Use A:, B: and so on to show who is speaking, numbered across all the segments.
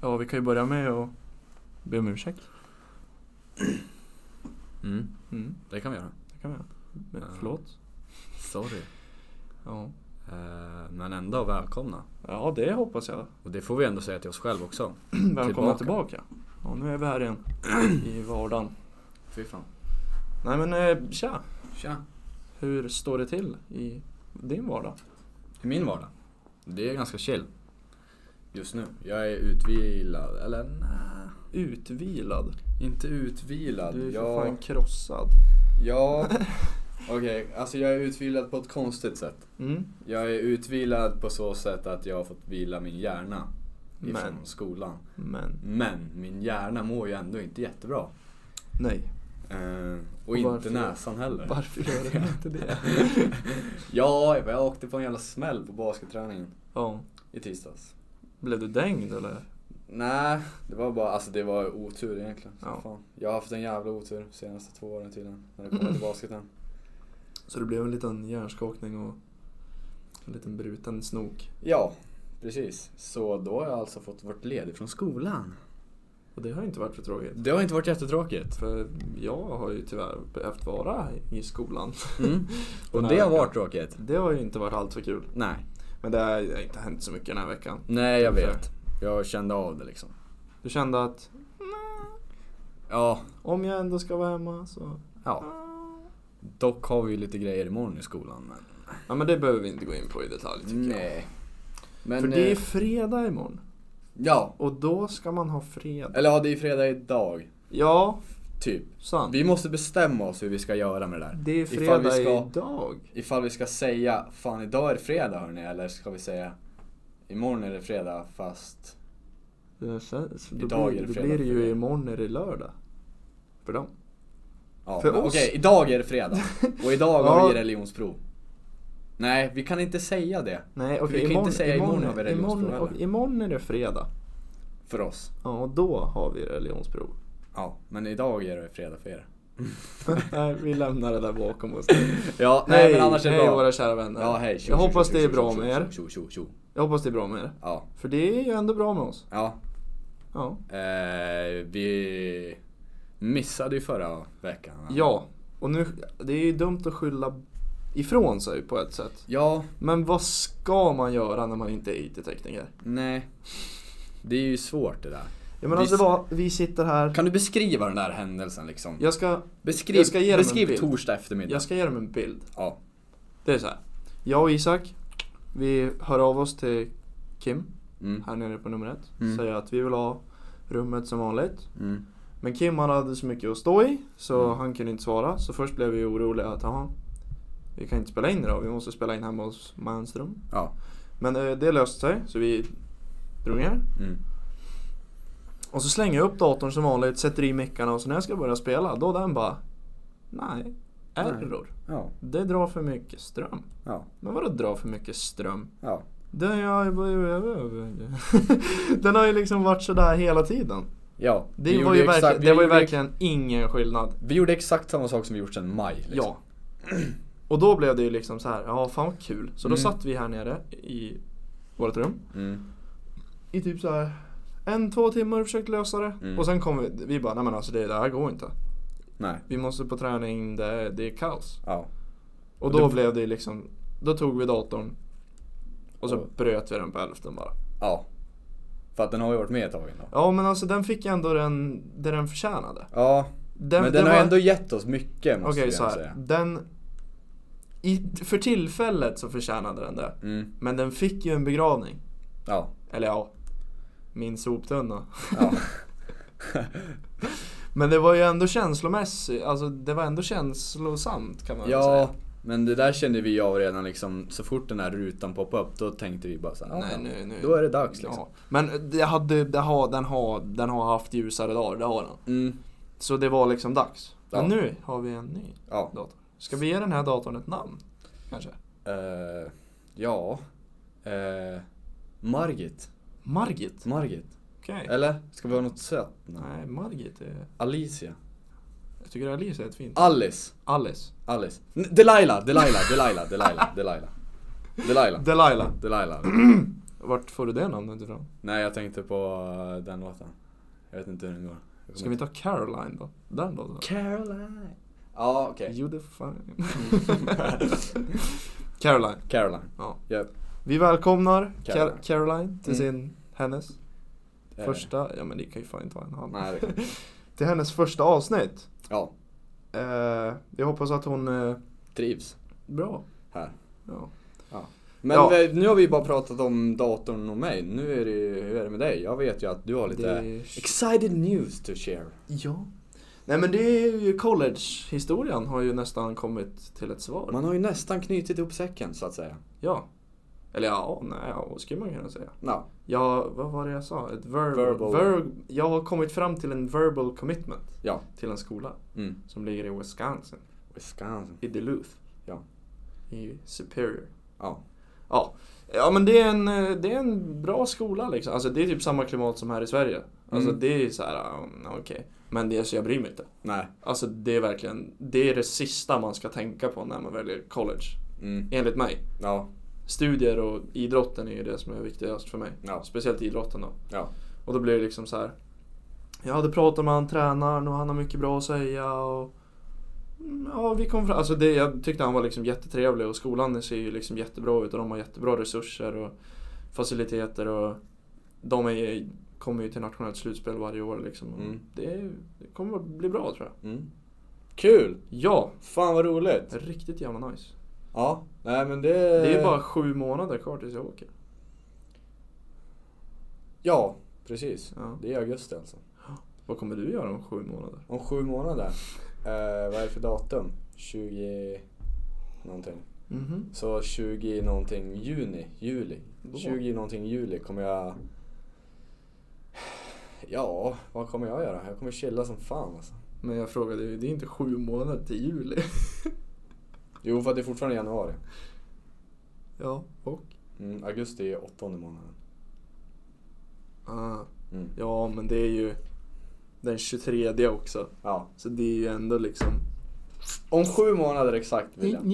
A: Ja, vi kan ju börja med att be om ursäkt.
B: Mm,
A: Mm,
B: det kan vi göra.
A: det kan vi göra. Men,
B: Ja.
A: Förlåt.
B: Sorry.
A: Ja.
B: Eh, men ändå välkomna.
A: ja, det hoppas jag.
B: Och det får vi ändå säga till oss själva också.
A: Välkomna
B: Tillbaka.
A: tillbaka. Ja, nu är vi här igen. I vardagen.
B: Fy fan.
A: Nej men eh, tja!
B: Tja.
A: Hur står det till i din vardag?
B: I min vardag? Det är ganska chill. Just nu. Jag är utvilad, eller nej,
A: Utvilad.
B: inte utvilad.
A: Du är för
B: jag...
A: fan krossad.
B: Ja, okej. Alltså jag är utvilad på ett konstigt sätt.
A: Mm.
B: Jag är utvilad på så sätt att jag har fått vila min hjärna ifrån
A: Men.
B: skolan.
A: Men
B: Men min hjärna mår ju ändå inte jättebra.
A: nej,
B: Eh, och,
A: Och
B: inte
A: varför?
B: näsan heller.
A: varför gör den inte det?
B: ja, jag åkte på en jävla smäll på basketträningen
A: Ja,
B: i tisdags.
A: blev du dängd eller?
B: Nej, det var bara, alltså det var otur egentligen. Så
A: Ja.
B: fan. Jag har haft en jävla otur senaste två åren tydligen, när det kommer till basketen.
A: Så det blev en liten hjärnskakning och en liten bruten snok.
B: Ja, precis. Så då har jag alltså fått varit ledig från skolan.
A: Och det har ju inte varit för tråkigt.
B: Det har inte varit jättetråkigt.
A: För jag har ju tyvärr behövt vara i skolan.
B: Mm. Och
A: Den
B: det
A: här veckan.
B: har varit tråkigt.
A: Det har ju inte varit allt för kul.
B: Nej.
A: Men det har det har inte hänt så mycket den här veckan.
B: Nej, jag
A: Ungefär.
B: vet. Jag kände av det liksom.
A: Du kände att
B: Ja,
A: om jag ändå ska vara hemma så...
B: ja. Dock har vi ju lite grejer imorgon i skolan. Men...
A: Ja men det behöver vi inte gå in på i detalj tycker
B: Men,
A: jag. För det är
B: eh,
A: fredag imorgon.
B: Ja,
A: Och då ska man ha fredag.
B: eller ja, det är fredag idag.
A: Ja,
B: Typ.
A: sant.
B: Vi måste bestämma oss hur vi ska göra med det där.
A: Det är
B: Ifall vi
A: fredag
B: ska-
A: idag.
B: Ifall vi ska säga, fan idag är det fredag hörni, eller ska vi säga, imorgon är det fredag fast...
A: Det känns, då
B: Idag
A: blir,
B: är det
A: då
B: fredag
A: blir det
B: för
A: ju
B: er.
A: imorgon är det lördag. För dem.
B: Ja,
A: För
B: men
A: oss.
B: Okej, idag är det fredag. Och idag
A: Ja.
B: har vi religionsprov. Nej, vi kan inte säga det.
A: Nej
B: vi
A: okej,
B: kan inte
A: imorgon,
B: säga imorgon har vi
A: imorgon, imorgon,
B: religionsprov,
A: och imorgon är det fredag.
B: För oss.
A: Ja, och då har vi religionsprov.
B: Ja, men idag är det fredag för er.
A: Nej, vi lämnar det där bakom oss.
B: Ja, nej
A: Hej,
B: men annars är det
A: hej
B: bra.
A: våra kära vänner.
B: Ja, hej. Tjo,
A: jag
B: tjo,
A: hoppas
B: tjo,
A: det
B: tjo,
A: är bra
B: tjo,
A: med
B: tjo,
A: er.
B: Tjo, tjo, tjo.
A: Jag hoppas det är bra med er.
B: Ja,
A: För det är ju ändå bra med oss.
B: ja.
A: Ja.
B: Eh, vi missade ju förra veckan. va?
A: Ja, och nu, det är ju dumt att skylla ifrån sig på ett sätt.
B: Ja,
A: Men vad ska man göra när man inte är IT-tekniker?
B: nej. Det är ju svårt det där.
A: Jag menar, alltså,
B: Vi-
A: det var, vi sitter här.
B: Kan du beskriva den där händelsen liksom?
A: Jag ska,
B: Beskriv,
A: jag ska ge dem en
B: beskriv
A: bild.
B: torsdag eftermiddag.
A: jag ska ge dem en bild.
B: Ja.
A: Det är så här. Jag och Isak, vi hör av oss till Kim
B: Mm.
A: här nere på nummer ett.
B: Mm.
A: Säger att vi vill ha rummet som vanligt.
B: Mm.
A: Men Kim han hade så mycket att stå i så
B: Mm.
A: han kunde inte svara. Så först blev vi oroliga att jaha, vi kan inte spela in idag. Vi måste spela in hemma hos Manström.
B: Ja.
A: Men eh, det löste sig så vi drog ner.
B: Mm.
A: Och så slänger jag upp datorn som vanligt, sätter i mickarna och så när jag ska börja spela då den bara Nej,
B: Nej.
A: error.
B: Ja.
A: Det drar för mycket ström.
B: Ja.
A: Men vadå drar för mycket ström?
B: Ja.
A: Den, jag, den har ju liksom varit sådär hela tiden.
B: Ja.
A: Det,
B: vi
A: var
B: gjorde
A: ju,
B: exakt-
A: verkligen,
B: vi
A: det var ju
B: gjorde-
A: verkligen ingen skillnad.
B: Vi gjorde exakt samma sak som vi gjort sedan maj. Liksom.
A: Ja. Och då blev det ju liksom så här, ja fan vad kul. Så då
B: Mm.
A: satt vi här nere i vårt rum
B: Mm.
A: i typ så här en, två timmar och försökte lösa det.
B: Mm.
A: Och sen kom vi, vi bara, nej men alltså det, det här går inte.
B: Nej.
A: Vi måste på träning, det, det är kaos.
B: Ja.
A: Och
B: Det-
A: då blev det liksom, då tog vi datorn och så
B: Och-
A: bröt vi den på hälften bara.
B: Ja. För att den har ju varit med ett tag ändå.
A: Ja men alltså den fick ändå den, det den förtjänade.
B: Ja.
A: Den,
B: men den
A: var-
B: har ändå gett oss mycket måste
A: Okej
B: vi
A: så
B: ändå
A: här.
B: säga.
A: den... I, för tillfället så förtjänade den det.
B: Mm.
A: Men den fick ju en begravning.
B: Ja.
A: Eller ja, min soptunna.
B: Ja.
A: Men det var ju ändå känslomässigt, alltså det var ändå känslosamt kan man väl
B: ja.
A: säga.
B: Men det där kände vi av redan liksom, så fort den här rutan poppade upp då tänkte vi bara såhär,
A: Nej,
B: ja,
A: nu- nu-
B: då är det dags liksom.
A: Ja. Men det hade, det har, den, har, den har haft ljusare dagar, det har den.
B: Mm.
A: Så det var liksom dags. Men
B: Ja.
A: nu har vi en ny
B: Ja.
A: dator. Ska vi ge den här datorn ett namn? Kanske?
B: Eh, ja. Eh, Margit.
A: Margit?
B: Margit.
A: Okej.
B: Eller? Ska vi ha något sött? Nej.
A: Nej, Margit är...
B: Alicia.
A: Jag tycker Alice är ett fint
B: Ah. Alice.
A: Alice.
B: Alice. N- Delilah, Delilah, Delilah, Delilah, Delilah. Delilah.
A: Delilah.
B: Delilah.
A: Okej, Vart får du det namnet ifrån?
B: Nej, jag tänkte på eh, den låten. Jag vet inte hur den går. Jag kommer
A: Ska vi
B: inte-
A: ta Caroline då? Den då?
B: Caroline? Ja, okej.
A: You define. Caroline.
B: Caroline.
A: Ja.
B: Japp.
A: Vi välkomnar Caroline,
B: Caroline.
A: Caroline till
B: Mm.
A: sin, hennes
B: Eh,
A: första, ja men det kan ju fan inte vara en halv.
B: Nej, det kan jag inte.
A: Till hennes första avsnitt.
B: Ja,
A: Eh, jag hoppas att hon, eh,
B: trivs
A: bra.
B: här.
A: Ja.
B: Men
A: Ja.
B: vi, nu har vi bara pratat om datorn och mig. Nu är det ju, hur är det med dig? Jag vet ju att du har lite
A: Det-
B: excited news to share.
A: Ja. Nej men det är ju college-historien har ju nästan kommit till ett svar.
B: Man har ju nästan knutit ihop säcken så att säga.
A: Ja. Eller ja, nej, ja, skulle man kunna säga.
B: Ja,
A: Ja, vad var det jag sa? Ett verbal.
B: Verbal.
A: Verb, jag har kommit fram till en verbal commitment
B: ja.
A: till en skola
B: Mm.
A: som ligger i Wisconsin,
B: Wisconsin.
A: i Duluth,
B: Ja.
A: i Superior.
B: Ja.
A: Ja, ja men det är, en, eh, det är en bra skola liksom. Alltså det är typ samma klimat som här i Sverige. Alltså
B: Mm.
A: det är så här, ja, okej. Men det, så jag bryr mig inte.
B: Nej.
A: Alltså det är verkligen, det är det sista man ska tänka på när man väljer college.
B: Mm.
A: Enligt mig.
B: Ja.
A: Studier och idrotten är ju det som är viktigast för mig.
B: Ja.
A: Speciellt idrotten då.
B: Ja.
A: Och då blir det liksom så här. Jag hade pratat med han tränaren och han har mycket bra att säga och Mm, Ja, vi kom fram. Alltså det, jag tyckte han var liksom jättetrevlig och skolan ser ju liksom jättebra ut och de har jättebra resurser och faciliteter och de är, kommer ju till nationellt slutspel varje år liksom. Och
B: Mm.
A: Det, det kommer att bli bra tror jag.
B: Mm. Kul!
A: Ja,
B: Fan vad roligt!
A: riktigt jävla nice.
B: Ja, nej men det...
A: Det
B: Eh.
A: är bara sju månader kvar tills jag åker.
B: Ja, precis.
A: Ja.
B: Det är i augusti alltså.
A: Vad kommer du göra om sju månader?
B: Om sju månader. Eh, vad är det för datum? 20... någonting.
A: Mhm.
B: Så 20 någonting juni, juli.
A: Då.
B: 20 någonting juli kommer jag... Ja, vad kommer jag göra? Jag kommer chilla som fan alltså.
A: Men jag frågade ju, det är inte sju månader till juli.
B: Jo, för att det är fortfarande januari.
A: ja, och?
B: Mm, augusti är åttonde månaden.
A: Ah,
B: Mm.
A: ja, men det är ju den 23 också.
B: Ja.
A: Så det är ju ändå liksom...
B: Om sju månader exakt vill jag.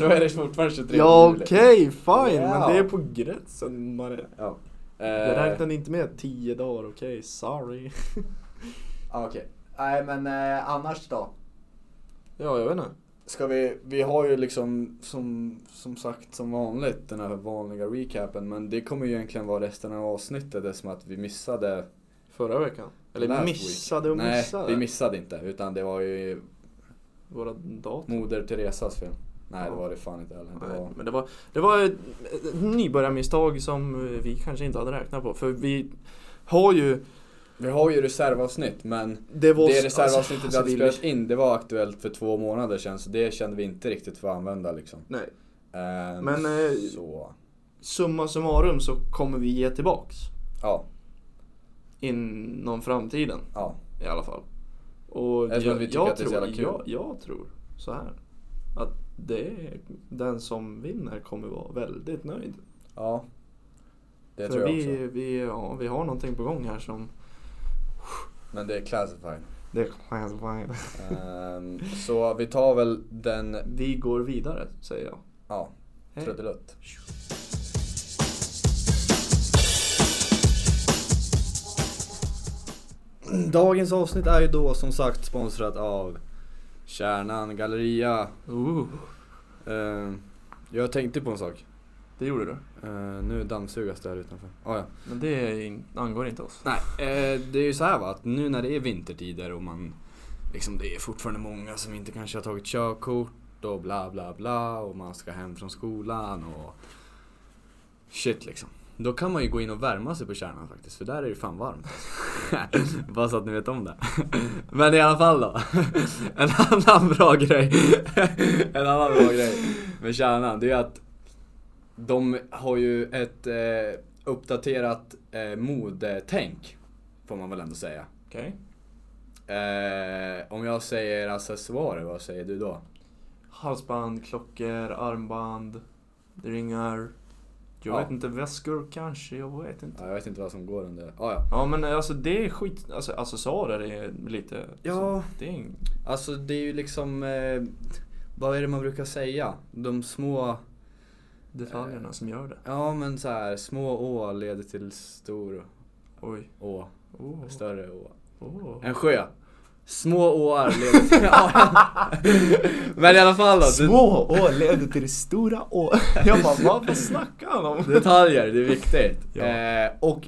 B: Då är det fortfarande 23
A: ja,
B: juli.
A: okej, fine.
B: Ja.
A: Men det är på gränsen. Maria.
B: Ja.
A: Jag
B: Eh,
A: räknade inte med tio dagar, okej, sorry.
B: ja, Okej. Nej, men eh, annars då?
A: ja, jag vet inte.
B: Ska vi, vi har ju liksom som, som sagt som vanligt den här vanliga recapen men det kommer ju egentligen vara resten av avsnittet eftersom att vi missade
A: Förra veckan. Eller
B: last week.
A: missade och missade.
B: Nej, vi missade inte utan det var ju
A: Våra datum.
B: Moder Teresas film. Nej
A: Ja.
B: det var det fan inte heller. Det
A: Nej,
B: var,
A: men det var, det var ett, ett nybörjarmisstag som eh, vi kanske inte hade räknat på. För vi har ju...
B: vi har ju reservavsnitt men
A: Det, var,
B: det reservavsnittet
A: alltså,
B: vi
A: vi-
B: hade spelat in det var aktuellt för två månader sedan så det kände vi inte riktigt för att använda liksom.
A: Nej.
B: Ehm,
A: Men, eh,
B: så,
A: Summa summarum så kommer vi ge tillbaks.
B: ja,
A: Inom framtiden
B: ja.
A: i alla fall. Och
B: Jag tror att vi tycker att det är så
A: tror,
B: jävla kul.
A: Jag, jag tror så här. Att det är, den som vinner kommer vara väldigt nöjd.
B: Ja. Det
A: För
B: tror jag
A: vi,
B: också.
A: Vi, ja, vi har någonting på gång här som...
B: Men det är classified.
A: Det,
B: Ehm, så vi tar väl den,
A: vi går vidare, säger jag.
B: ja,
A: Hej.
B: Eh. trudelutt. Dagens avsnitt är ju då som sagt sponsrat av Kärnan Galleria. Uh.
A: Ooh,
B: Ehm, jag tänkte på en sak.
A: det gjorde du.
B: Ehm, nu dammsugas det här utanför. Ah, ja.
A: Men det är in, angår inte oss.
B: Nej, eh, det är ju så här va, att nu när det är vintertider och man liksom det är fortfarande många som inte kanske har tagit körkort och bla bla bla och man ska hem från skolan och shit liksom. Då kan man ju gå in och värma sig på kärnan faktiskt, för där är det ju fan varmt. Bara så att ni vet om det. Men i alla fall då. En annan bra grej. En annan bra grej med kärnan, det är att de har ju ett eh, uppdaterat eh, modetänk. Får man väl ändå säga.
A: Okej.
B: Eh, om jag säger accessoarer, vad säger du då?
A: Halsband, klockor, armband, ringar. Jag
B: Ja.
A: vet inte, väskor kanske, jag vet inte.
B: Ja, jag vet inte vad som går under. Ah, ja.
A: Ja men alltså det är skit, alltså accessoarer är lite...
B: Ja.
A: så det är ing-
B: Alltså det är ju liksom, eh, vad är det man brukar säga? De små
A: detaljerna
B: Eh.
A: som gör det.
B: Ja men så här, små å leder till stor
A: Oj.
B: å,
A: Oh.
B: större å.
A: Oh.
B: En sjö. Små åar leder till... Ja. men i alla fall då. det-
A: Små å leder till stora å. Jag bara, vad, vad snackar han om?
B: Detaljer, det är viktigt.
A: Ja.
B: Eh, och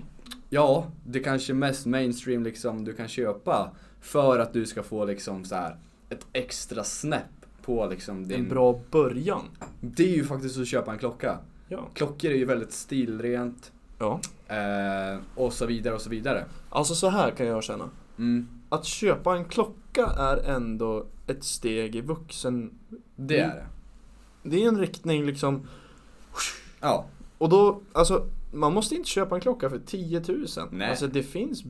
B: ja, det kanske mest mainstream liksom du kan köpa för att du ska få liksom så här ett extra snäpp på liksom din...
A: En bra början.
B: Det är ju faktiskt att köpa en klocka.
A: Ja.
B: Klockor är ju väldigt stilrent
A: ja.
B: eh, och så vidare och så vidare.
A: Alltså så här kan jag känna.
B: Mm,
A: Att köpa en klocka är ändå ett steg i vuxen...
B: det
A: Mm.
B: är det.
A: Det är en riktning liksom.
B: Ja,
A: Och då, alltså man måste inte köpa en klocka för 10 000.
B: Nej.
A: Alltså det finns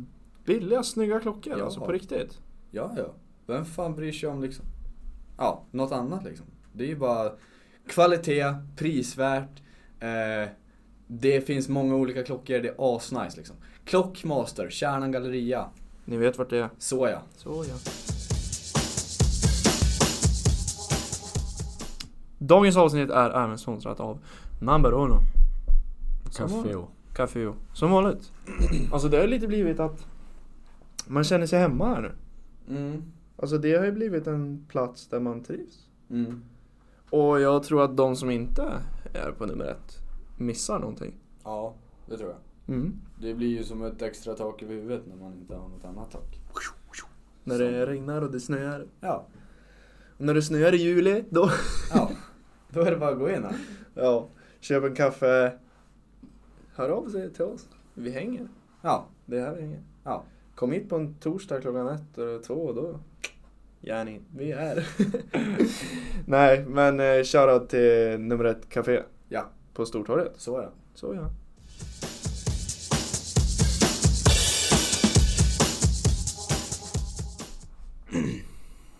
A: billiga snygga klockor,
B: Ja.
A: alltså på riktigt.
B: ja, ja. Vem fan bryr sig om liksom... Ja, något annat liksom. Det är ju bara kvalitet, prisvärt. Eh, det finns många olika klockor, det är asnice liksom. Klockmaster, Kärnan Galleria,
A: Ni vet vart det är.
B: så ja.
A: Så ja. Dagens avsnitt är även sponsrat av Number Uno. Som vanligt. Caféo. Som vanligt. Alltså det har lite blivit att man känner sig hemma här nu.
B: Mm,
A: Alltså det har ju blivit en plats där man trivs.
B: mm.
A: Och jag tror att de som inte är på nummer ett missar någonting.
B: Ja, det tror jag.
A: Mm.
B: Det blir ju som ett extra tak över huvudet när man inte har något annat tak.
A: När det regnar och det snöar.
B: Ja,
A: Och när det snöar i juli, då...
B: ja. Då är det bara att gå in här.
A: Ja, köp en kaffe. Hör av sig till oss. Vi hänger.
B: Ja,
A: Det är här vi hänger.
B: Ja.
A: Kom hit på en torsdag klockan ett eller två då. Gärna in. Vi är här. Nej, men eh, shoutout till nummer ett café.
B: Ja.
A: På Stortorget.
B: så ja.
A: Så ja.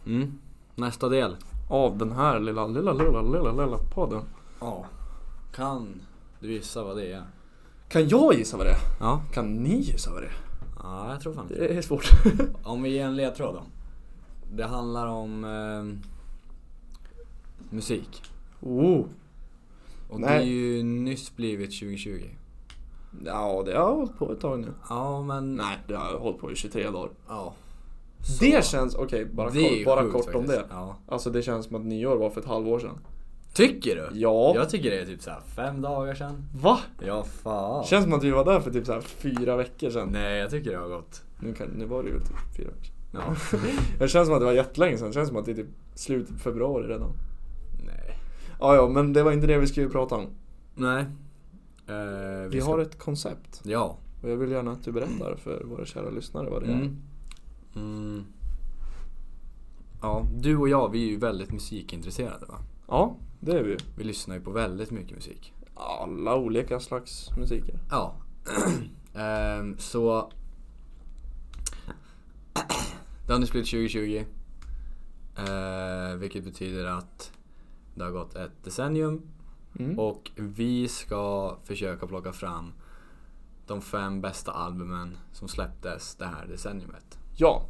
B: Mm. Nästa del.
A: Av den här lilla, lilla, lilla, lilla, lilla podden.
B: Ja. Kan du gissa vad det är?
A: Kan jag gissa vad det är?
B: Ja.
A: Kan ni gissa vad det är?
B: Ja, jag tror fan det.
A: Det är svårt.
B: Om vi ger en ledtråd då. Det handlar om eh, musik.
A: Oh.
B: Och det
A: Nej.
B: är ju nyss blivit 2020.
A: Ja, det har hållit på ett tag nu.
B: Ja, men...
A: Nej, det har hållit på i 23 dagar.
B: Ja.
A: Det känns, okej, bara,
B: Det är
A: kort, bara
B: sjukt
A: kort om
B: faktiskt.
A: det.
B: Ja.
A: Alltså det känns som att nyår var för ett halvår sedan.
B: Tycker du?
A: Ja.
B: Jag tycker det är typ såhär fem dagar sedan.
A: Va?
B: Ja, fan.
A: Känns som att vi var där för typ så här fyra veckor sedan.
B: Nej, jag tycker det har gått.
A: Nu, kan, nu var det ju typ fyra veckor sedan.
B: Ja.
A: Det känns som att det var jättelänge sedan. Det känns som att det är typ slutet på februari redan.
B: Nej.
A: Ja, ja, men det var inte det vi skulle prata om.
B: Nej. Eh,
A: Vi
B: ska-
A: har ett koncept.
B: Ja.
A: Och jag vill gärna att du berättar för våra kära lyssnare vad det är.
B: Mm. Mm. Ja, du och jag, vi är ju väldigt musikintresserade va?
A: Ja, det är vi ju.
B: Vi lyssnar ju på väldigt mycket musik.
A: Alla olika slags musiker.
B: Ja. Ehm, så... Det har nu blivit 2020. Eh, vilket betyder att det har gått ett decennium.
A: Mm.
B: Och vi ska försöka plocka fram de fem bästa albumen som släpptes det här decenniumet.
A: Ja.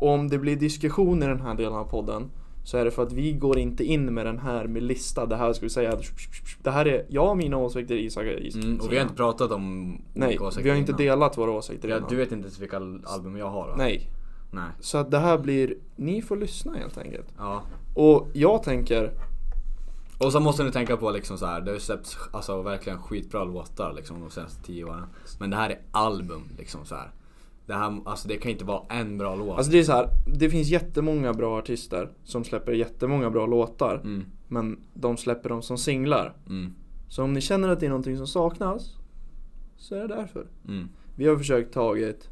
A: Och om det blir diskussion i den här delen av podden så är det för att vi går inte in med den här med lista. Det här ska vi säga. Det här är jag och mina åsikter, Isak och Isak.
B: Mm, och vi har inte pratat om
A: Nej,
B: olika åsikter
A: vi har inte
B: innan.
A: delat våra åsikter
B: Ja,
A: innan.
B: du vet inte ens vilka album jag har va?
A: Nej.
B: Nej.
A: Så att det här blir, ni får lyssna helt enkelt.
B: Ja.
A: Och jag tänker,
B: Och så måste ni tänka på liksom så här, det har ju släppts alltså, verkligen skitbra låtar liksom de senaste tio åren. Men det här är album liksom så här. Det här, alltså det kan inte vara en bra låt.
A: alltså det är så här, det finns jättemånga bra artister som släpper jättemånga bra låtar.
B: mm,
A: Men de släpper dem som singlar.
B: mm,
A: Så om ni känner att det är någonting som saknas, så är det därför.
B: mm.
A: Vi har försökt tagit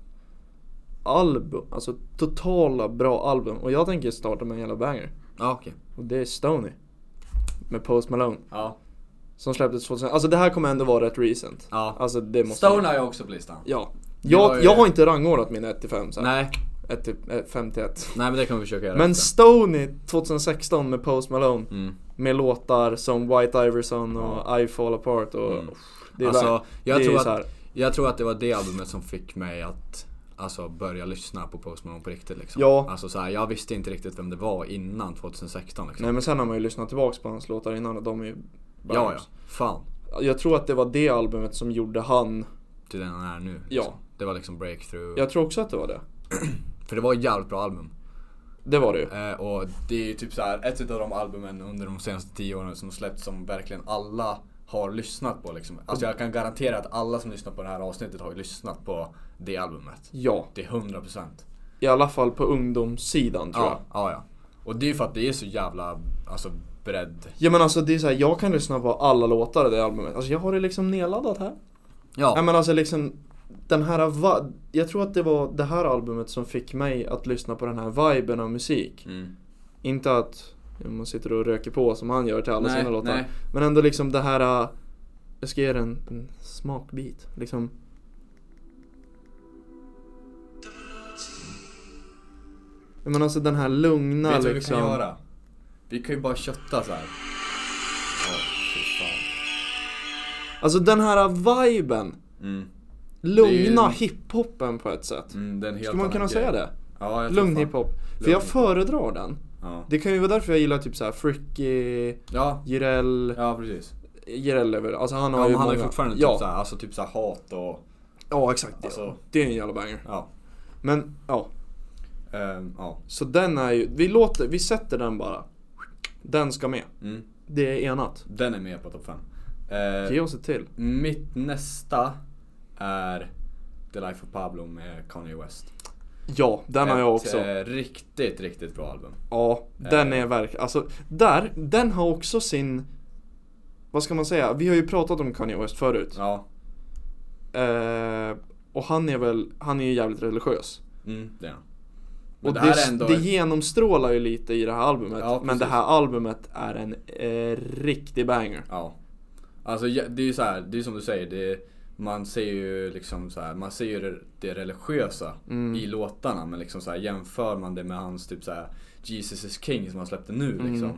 A: album, alltså totala bra album. Och jag tänker starta med en jävla banger.
B: Ja okej.
A: Och det är Stony. Med Post Malone.
B: Ja.
A: Som släpptes 2000. Alltså det här kommer ändå vara rätt recent.
B: Ja.
A: Alltså det måste...
B: Stone har jag också på listan.
A: Ja.
B: Det var
A: Jag,
B: ju-
A: jag har inte rangordnat mina 1 till 5 så här.
B: Nej,
A: 1 till eh, 5 till 1.
B: nej men det kan vi försöka göra.
A: Men
B: efter.
A: Stony 2016 med Post Malone.
B: mm.
A: Med låtar som White Iverson och I Fall Apart och...
B: Mm.
A: Det är
B: alltså, jag,
A: det är
B: tror
A: så här.
B: att, jag tror att det var det albumet som fick mig att alltså, börja lyssna på Post Malone på riktigt. Liksom.
A: Ja.
B: Alltså, så här, jag visste inte riktigt vem det var innan 2016. Liksom.
A: Nej men sen har man ju lyssnat tillbaks på hans låtar innan och de är ju
B: Ja, ja.
A: Burns.
B: Fan.
A: Jag tror att det var det albumet som gjorde han.
B: Till den han är nu. liksom.
A: Ja,
B: Det var liksom breakthrough.
A: jag tror också att det var det.
B: För det var ett jävligt bra album.
A: Det var det ju.
B: Eh, och det är ju typ så här ett av de albumen under de senaste tio åren som släppts som verkligen alla har lyssnat på liksom. Alltså jag kan garantera att alla som lyssnar på det här avsnittet har ju lyssnat på det albumet.
A: Ja,
B: Det är 100 procent.
A: i alla fall på ungdomssidan tror
B: Ja,
A: jag.
B: ja, ja. Och det är ju för att det är så jävla, alltså bredd.
A: Ja men alltså det är så här, jag kan lyssna på alla låtar i det albumet. Alltså jag har det liksom nedladdat här.
B: Ja.
A: Nej men alltså liksom den här va- Jag tror att det var det här albumet som fick mig att lyssna på den här viben av musik.
B: Mm.
A: Inte att man sitter och röker på som han gör till alla
B: nej,
A: sina låtar.
B: nej.
A: Men ändå liksom det här äh, Jag ska ge er en, en smakbit liksom Ja, Men alltså den här lugna
B: Vet du vad vi
A: liksom
B: kan göra? Vi kan ju bara kötta så här. Åh, fy fan.
A: Alltså den här viben
B: Mm.
A: Lugna
B: Det är ju-
A: hiphopen på ett sätt
B: Mm, den
A: Skulle man kunna säga det?
B: Ja, jag tror
A: Lugn
B: fan-
A: hiphop För
B: Lugn
A: jag
B: hiphop.
A: föredrar den
B: Ja.
A: Det kan ju vara därför jag gillar typ såhär Fricky,
B: ja,
A: Jireel,
B: ja precis.
A: Jireel är väl, alltså han har
B: Ja,
A: ju
B: men han har ju
A: många-
B: fortfarande
A: ja.
B: typ, så här, alltså, typ så här hat och...
A: Ja exakt,
B: Alltså-
A: det är en jävla banger
B: Ja.
A: Men ja,
B: Ehm, ja.
A: Så den är ju, vi låter, vi sätter den bara. Den ska med.
B: Mm.
A: Det är enat.
B: Den är med på topp 5. Eh,
A: Ge oss ett till.
B: mitt nästa är The Life of Pablo med Kanye West.
A: Ja, den har jag
B: Ett,
A: också.
B: eh, riktigt, riktigt bra album.
A: Ja, den är verkligen, alltså där, den har också sin, vad ska man säga, vi har ju pratat om Kanye West förut.
B: Ja.
A: Eh, och han är väl, han är ju jävligt religiös.
B: Mm, det är han. Men
A: Och
B: det
A: det,
B: här
A: det,
B: är ändå...
A: genomstrålar ju lite i det här albumet.
B: Ja,
A: men det
B: precis.
A: här albumet är en eh, riktig banger.
B: Ja. Alltså ja, det är ju så här, det är som du säger. Det är, man ser ju liksom så här, man ser ju det, det religiösa
A: Mm.
B: i låtarna. Men liksom så här, jämför man det med hans typ så här, Jesus is King som han släppte nu
A: Mm.
B: liksom.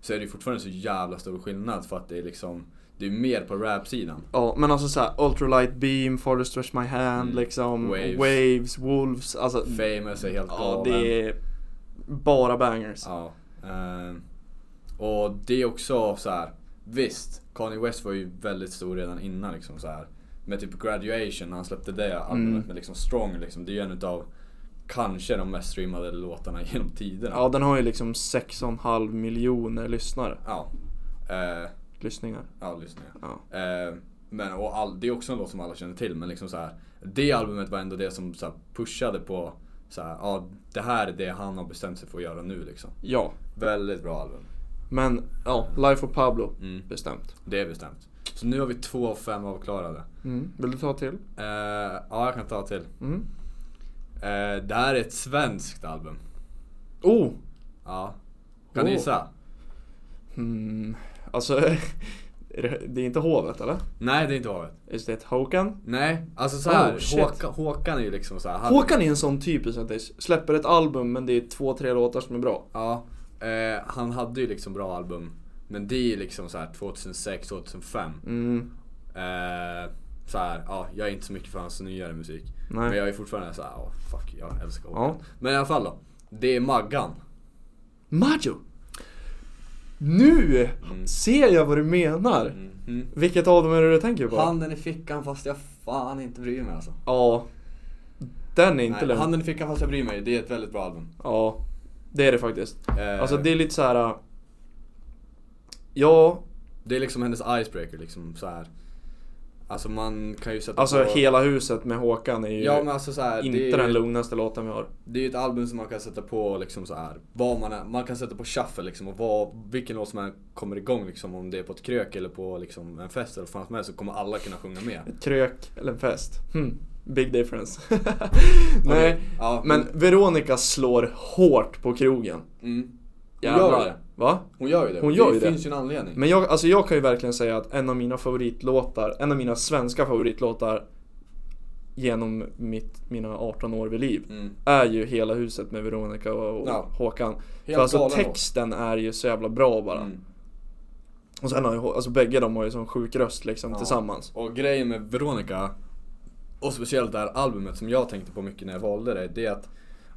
B: Så är det ju fortfarande så jävla stor skillnad för att det är liksom, det är mer på rap-sidan.
A: Ja, men alltså såhär Ultralight Beam, Father Stretch My Hand,
B: Mm.
A: liksom
B: Waves.
A: waves. Wolves, alltså
B: Famous är helt
A: Ja,
B: galen.
A: det är bara bangers.
B: Ja. ehm, och det är också så här. Visst, Kanye West var ju väldigt stor redan innan liksom så här. Med typ Graduation, när han släppte det albumet
A: Mm.
B: med liksom Strong liksom. Det är ju en utav kanske de mest streamade låtarna genom tiderna.
A: Ja, den har ju liksom 6,5 miljoner lyssnare.
B: Ja. Eh,
A: Lyssningar.
B: ja, lyssna.
A: Ja.
B: Eh, men och all, det är också en låt som alla känner till men liksom så här, Det albumet var ändå det som så här, pushade på så här, ja, det här är det han har bestämt sig för att göra nu liksom.
A: ja,
B: Väldigt bra album.
A: men ja, Life of Pablo,
B: Mm.
A: bestämt.
B: Det är bestämt. Så nu har vi två av fem avklarade.
A: Mm. Vill du ta till?
B: Eh, ja, jag kan ta till.
A: Mm.
B: Eh, det här är ett svenskt album.
A: Oh!
B: Ja. Kan ni
A: Oh.
B: gissa?
A: Mm. Alltså, är det, det är inte hovet eller?
B: Nej, det är inte Hovet.
A: Is det Håkan?
B: Nej, alltså så här.
A: Oh, shit.
B: Håkan, Håkan är ju liksom så här. han-
A: Håkan är en sån typ som släpper ett album men det är två, tre låtar som är bra.
B: Ja. Eh, han hade ju liksom bra album. Men det är ju liksom så här 2006, 2005.
A: Mm.
B: Eh, så här, ja, jag är inte så mycket för hans nyare musik.
A: Nej.
B: Men jag är fortfarande så här, oh, fuck, jag älskar Håkan.
A: Ja.
B: Men i alla fall då. Det är Maggan.
A: Maggio! Nu
B: Mm.
A: ser jag vad du menar!
B: Mhm.
A: Vilket av dem är det du tänker på?
B: Handen i fickan fast jag fan inte bryr mig alltså.
A: Ja. Den är inte
B: Nej,
A: lätt.
B: Handen i fickan fast jag bryr mig, det är ett väldigt bra album.
A: Ja. Det är det faktiskt.
B: Eh,
A: Alltså det är lite så här. äh, Ja,
B: det är liksom hennes icebreaker liksom så här. Alltså man kan ju sätta
A: alltså
B: på...
A: hela huset med Håkan är ju
B: Ja men alltså så här,
A: inte
B: det, är,
A: den
B: ju-
A: lugnaste låten vi har.
B: det är ju ett album som man kan sätta på liksom så här, vad man är, man kan sätta på shuffle liksom och vad, vilken låt som än kommer igång liksom om det är på ett krök eller på liksom en fest eller vad fan som helst så kommer alla kunna sjunga med.
A: Ett krök eller en fest. Hmm. Big difference.
B: Okej,
A: Nej,
B: ja,
A: men Veronica slår hårt på krogen.
B: mm, gör det.
A: Jävlar. Va?
B: hon gör ju det.
A: Hon gör ju
B: det
A: det.
B: finns ju en anledning.
A: Men jag, alltså jag kan ju verkligen säga att en av mina favoritlåtar, en av mina svenska favoritlåtar genom mitt, mina 18 år vid liv
B: Mm.
A: är ju Hela huset med Veronica och, och
B: Ja.
A: Håkan.
B: Helt
A: För alltså
B: galen låt.
A: texten är ju så jävla bra bara.
B: Mm.
A: Och sen har ju, Hå- alltså bägge de har ju sån sjuk röst liksom
B: Ja.
A: tillsammans.
B: Och grejen med Veronica och speciellt det här albumet som jag tänkte på mycket när jag valde det, det är att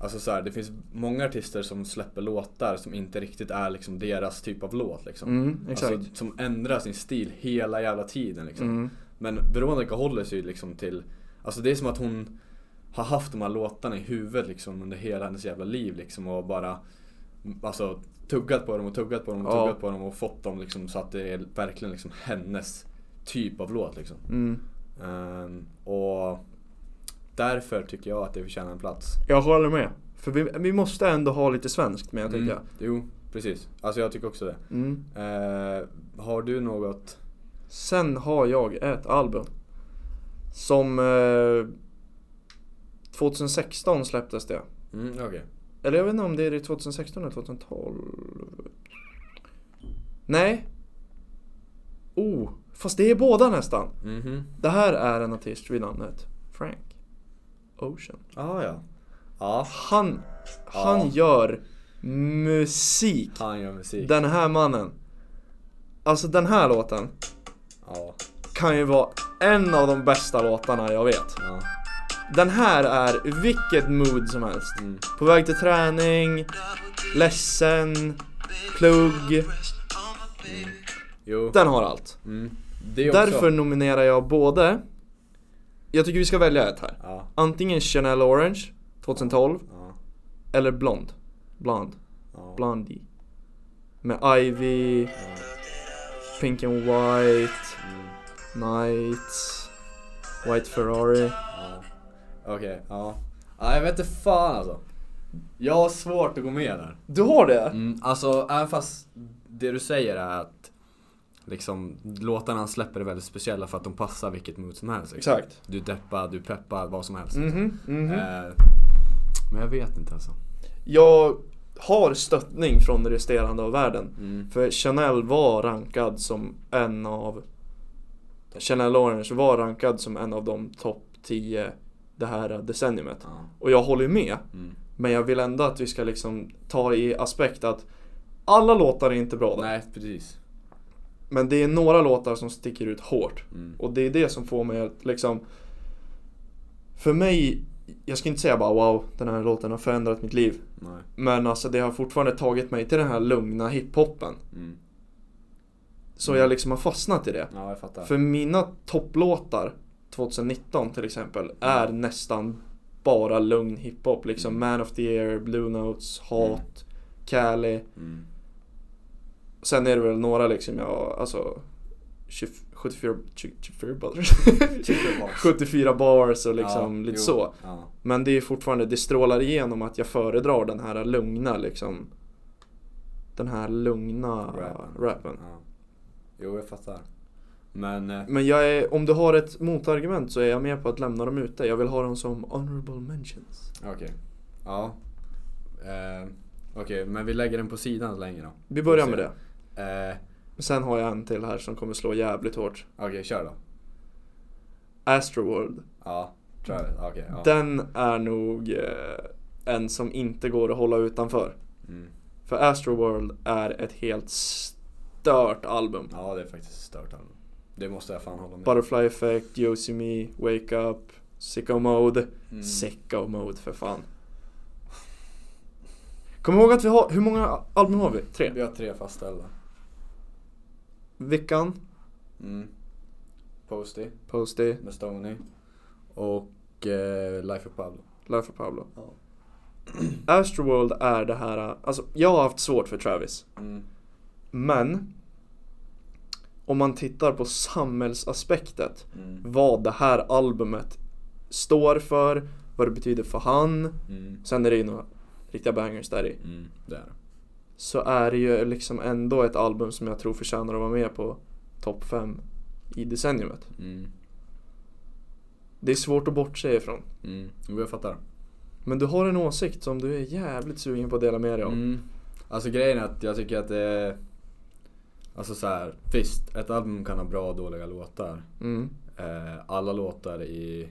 B: Alltså så här, det finns många artister som släpper låtar som inte riktigt är liksom deras typ av låt liksom.
A: Mm, exakt.
B: Alltså, som ändrar sin stil hela jävla tiden liksom.
A: mm.
B: Men Veronica håller sig ju liksom till, alltså det är som att hon har haft de här låtarna i huvudet liksom under hela hennes jävla liv liksom och bara Alltså tuggat på dem och tuggat på dem och
A: Ja.
B: tuggat på dem och fått dem liksom så att det är verkligen liksom hennes typ av låt liksom.
A: Mm.
B: Ehm, och därför tycker jag att det förtjänar en plats.
A: Jag håller med. För vi, vi måste ändå ha lite svenskt med tycker jag.
B: Mm, Jo, precis. Alltså jag tycker också det.
A: Mm.
B: Ehm, har du något?
A: Sen har jag ett album. Som... Eh, 2016 släpptes det.
B: Mm, okej.
A: Eller jag vet inte om det är 2016 eller 2012. Nej. Oh, fast det är båda nästan.
B: Mhm.
A: Det här är en artist vid namnet Frank Ocean.
B: Ah, ja. Ja,
A: Han, han
B: Ja.
A: gör musik.
B: han gör musik.
A: Den här mannen. Alltså den här låten
B: Ja,
A: kan ju vara en av de bästa låtarna jag vet.
B: ja.
A: Den här är vilket mood som helst.
B: Mm.
A: På väg till träning, ledsen, plugg.
B: Jo.
A: Den har allt.
B: Mm. Det är också...
A: Därför nominerar jag både Jag tycker vi ska välja ett här
B: Ja,
A: Antingen Chanel Orange 2012
B: ja,
A: eller Blond Blond
B: ja.
A: Blondie Med Ivy Pink and White
B: Mm.
A: Nights White Ferrari
B: Ja. Okej, ja. ja. Jag vet inte fan alltså. Jag har svårt att gå med där.
A: Du har det?
B: Mm, alltså, även fast det du säger är att liksom, låtarna han släpper är väldigt speciella för att de passar vilket mood som helst. liksom.
A: Exakt
B: Du är deppad, du är peppad, vad som helst.
A: Mhm, mhm
B: Eh, men jag vet inte alltså.
A: Jag har stöttning från det resterande av världen
B: Mm.
A: För Chanel var rankad som en av Chanel Orange var rankad som en av de topp 10 det här decenniumet.
B: Ja.
A: Och jag håller ju med.
B: Mm.
A: Men jag vill ändå att vi ska liksom ta i aspekt att alla låtar är inte bra där.
B: Nej, precis.
A: Men det är några låtar som sticker ut hårt.
B: Mm.
A: Och det är det som får mig att liksom För mig, jag ska inte säga bara wow, den här låten har förändrat mitt liv.
B: Nej.
A: Men alltså det har fortfarande tagit mig till den här lugna hiphopen.
B: Mm.
A: Så jag liksom har fastnat i det.
B: Ja, jag fattar.
A: För mina topplåtar 2019 till
B: Mm.
A: exempel är nästan bara lugn hiphop. Liksom
B: Mm.
A: Man of the Year, Blue Notes, Hat, Cali.
B: Mm.
A: Sen är det väl några liksom jag, alltså 20, 74, 20, 74 bars. 74 bars och liksom
B: Typ Ja,
A: lite
B: jo.
A: så.
B: Ja.
A: Men det är fortfarande, det strålar igenom att jag föredrar den här lugna liksom. Den här lugna
B: Rappen.
A: Ah, rappen. Mm.
B: Ja. Jo, jag fattar. Men... eh,
A: Men jag är, om du har ett motargument så är jag med på att lämna dem ute. Jag vill ha dem som honorable mentions.
B: Okej. Ja. Eh, Okej, men vi lägger den på sidan så länge då.
A: Vi börjar med det.
B: Eh,
A: Sen har jag en till här som kommer slå jävligt hårt.
B: Okej, kör då.
A: Astroworld.
B: Ja, tror jag. Okej, ja.
A: Mm. Den är nog eh, en som inte går att hålla utanför.
B: Mm.
A: För Astroworld är ett helt stört album.
B: ja, det är faktiskt stört album. Det måste jag fan hålla med
A: Butterfly Effect, Yosemite, Wake Up, Sicko Mode.
B: Mm.
A: Sicko Mode för fan. Kom ihåg att vi har, hur många album har vi? Tre?
B: Vi har tre fastställda.
A: Vickan.
B: Mm. Posty
A: Posty,
B: med Stoney. Och eh, Life of Pablo.
A: Life of Pablo.
B: Ja.
A: Astroworld är det här, alltså jag har haft svårt för Travis.
B: Mm.
A: Men om man tittar på samhällsaspektet,
B: Mm.
A: vad det här albumet står för, vad det betyder för han.
B: Mm.
A: Sen är det ju några riktiga bangers där i.
B: Mm. Det är det.
A: Så är det ju liksom ändå ett album som jag tror förtjänar att vara med på topp 5 i decenniumet.
B: Mm.
A: Det är svårt att bortse ifrån.
B: Mm. Jo, jag fattar.
A: Men du har en åsikt som du är jävligt sugen på att dela med dig av.
B: Mm. Alltså grejen är att jag tycker att det är... Alltså så här, visst, ett album kan ha bra och dåliga låtar.
A: Mm.
B: Eh, alla låtar i